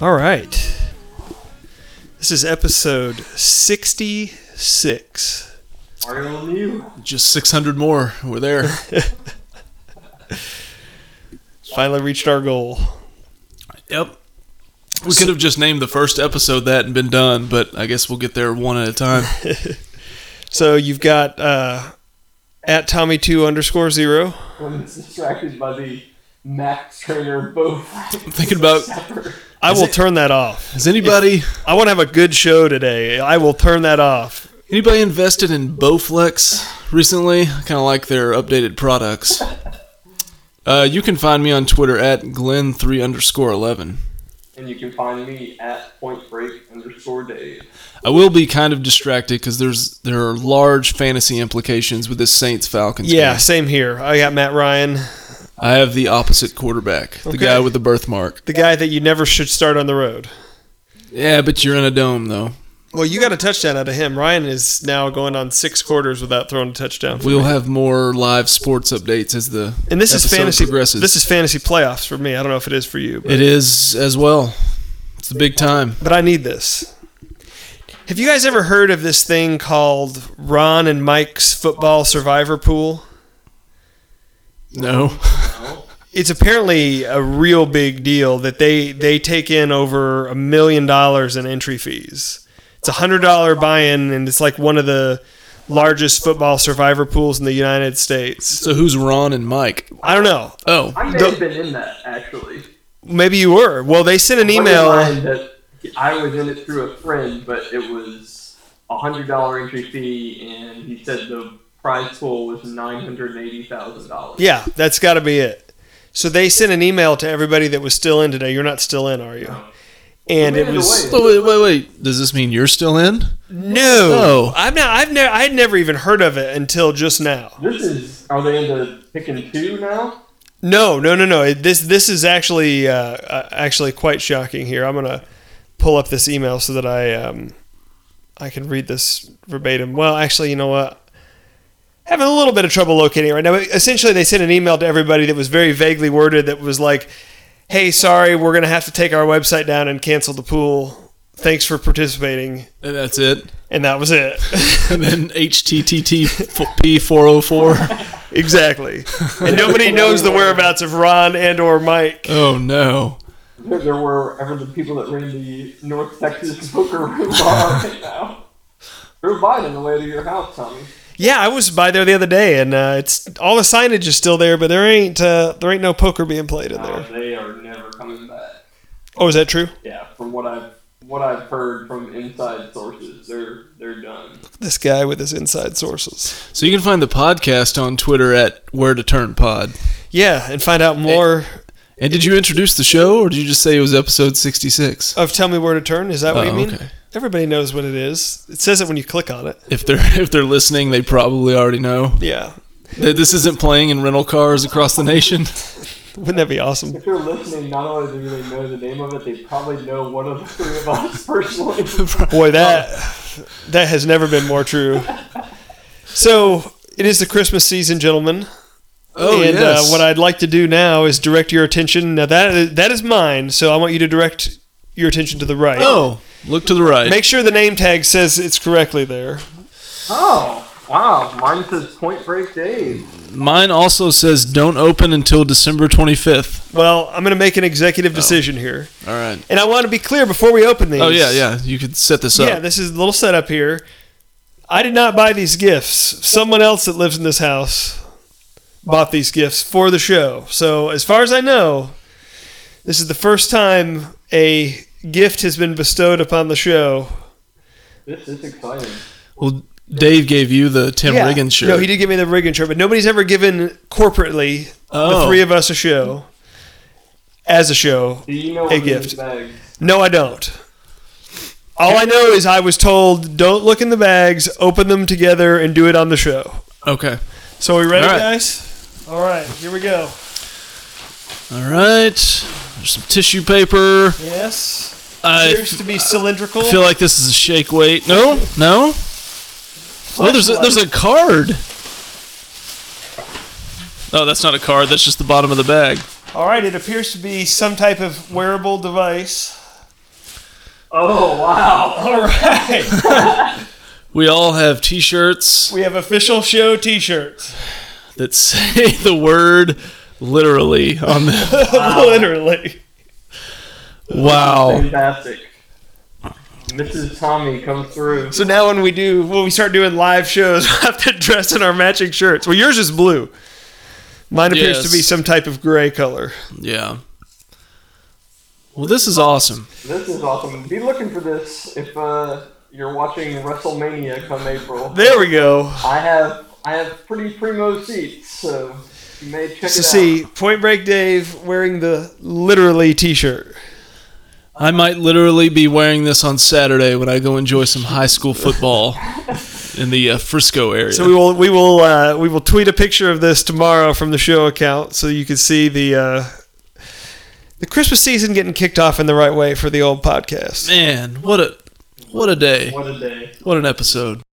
All right. This is episode 66. Just 600 more. We're there. Finally reached our goal. yep. We could have just named the first episode that and been done, but I guess we'll get there one at a time. So you've got uh, at Tommy2 underscore zero. One is distracted by the Max Trainer both. thinking about I Is will it- turn that off. has anybody I want to have a good show today. I will turn that off. anybody invested in Bowflex recently? I kind of like their updated products. Uh, you can find me on Twitter at Glenn three underscore eleven. And you can find me at Point Break underscore Dave. I will be kind of distracted because there's there are large fantasy implications with this Saints Falcons. Yeah, same here. I got Matt Ryan, I have the opposite quarterback, the Okay. guy with the birthmark. the guy that you never should start on the road. Yeah, but you're in a dome though. Well, you got a touchdown out of him. Ryan is now going on six quarters without throwing a touchdown. We'll have more live sports updates as the And this is episode fantasy. progresses. This is fantasy playoffs for me. I don't know if it is for you, but, it is as well. It's the big time. but I need this. Have you guys ever heard of this thing called Ron and Mike's Football Survivor Pool? No, It's apparently a real big deal that they they take in over a million dollars in entry fees. It's a hundred dollar buy-in, and it's like one of the largest football survivor pools in the United States. so who's Ron and Mike? I don't know. Oh, I may The- have been in that actually. Maybe you were. Well, they sent an One email. of mine That I was in it through a friend, but it was a hundred dollar entry fee, and he said the prize pool was nine hundred eighty thousand dollars. Yeah, that's got to be it. So they sent an email to everybody that was still in today. You're not still in, are you? And it Either was way, oh wait, wait, wait. Does this mean you're still in? no. Oh. I'm not. I've never. I had never even heard of it until just now. This is. Are they into picking two now? No, no, no, no. It- This this is actually uh, uh, actually quite shocking. Here, I'm gonna pull up this email so that I um, I can read this verbatim. Well, actually, you know what? Having a little bit of trouble locating it right now. Essentially, they sent an email to everybody that was very vaguely worded. That was like, "Hey, sorry, we're gonna have to take our website down and cancel the pool. Thanks for participating." And that's it. And that was it. And then HTTP four hundred four. exactly. And nobody knows the whereabouts of Ron and or Mike. Oh no. There, there were ever the people that ran the North Texas poker room bar right now. They're Biden on the way to your house, Tommy. Yeah, I was by there the other day, and uh, it's all the signage is still there, but there ain't uh, there ain't no poker being played in there. they are never coming back. Oh, is that true? Yeah, from what I've what I've heard from inside sources, they're they're done. This guy with his inside sources. So you can find the podcast on Twitter at Where to Turn Pod. Yeah, and find out more And did you introduce the show, or did you just say it was episode sixty six? of "Tell Me Where to Turn." Is that what you Oh, mean? okay. Everybody knows what it is. It says it when you click on it. If they're if they're listening, they probably already know. Yeah, that this isn't playing in rental cars across the nation. wouldn't that be awesome? If you're listening, not only do they know the name of it, they probably know one of the three of us personally. Boy, that that has never been more true. So it is the Christmas season, gentlemen. Oh, and uh, what I'd like to do now is direct your attention. Now that is, that is mine, so I want you to direct your attention to the right. oh, look to the right. Make sure the name tag says it's correctly there. oh wow, mine says Point Break Dave. Mine also says don't open until December 25th. Well, I'm going to make an executive decision here, All right. and I want to be clear before we open these. Oh yeah, yeah. You could set this up. yeah. This is a little setup here. I did not buy these gifts. Someone else that lives in this house bought these gifts for the show. So, as far as I know, this is the first time a gift has been bestowed upon the show. This is exciting. well, Dave gave you the Tim Riggins shirt. No, he did give me the Riggins shirt, but nobody's ever given corporately Oh. the three of us a show as a show. Do you know A what gift. these bags? No, I don't. All I know is I was told don't look in the bags, open them together, and do it on the show. Okay. So are we ready, All right. guys? All right, here we go. All right. There's some tissue paper. Yes. I Appears to be cylindrical. feel like this is a shake weight. No, no. Oh, there's a, there's a card. Oh, that's not a card. That's just the bottom of the bag. All right, it appears to be some type of wearable device. Oh wow! All right. We all have t shirts we have official show t shirts. that say the word literally on them. Literally. Wow. Fantastic. Mrs. Tommy comes through. So now when we do, when we start doing live shows, we have to dress in our matching shirts. Well, yours is blue. Mine appears to be Yes. some type of gray color. Yeah. Well, this is awesome. This is awesome. Be looking for this if uh, you're watching WrestleMania come April. There we go. I have I have pretty primo seats, so you may check So it see, Point Break Dave wearing the literally t-shirt. I might literally be wearing this on Saturday when I go enjoy some high school football in the uh, Frisco area. So we will we will uh, we will tweet a picture of this tomorrow from the show account, so you can see the uh, the Christmas season getting kicked off in the right way for the old podcast. Man, what a what a day. out. What a day. What an episode.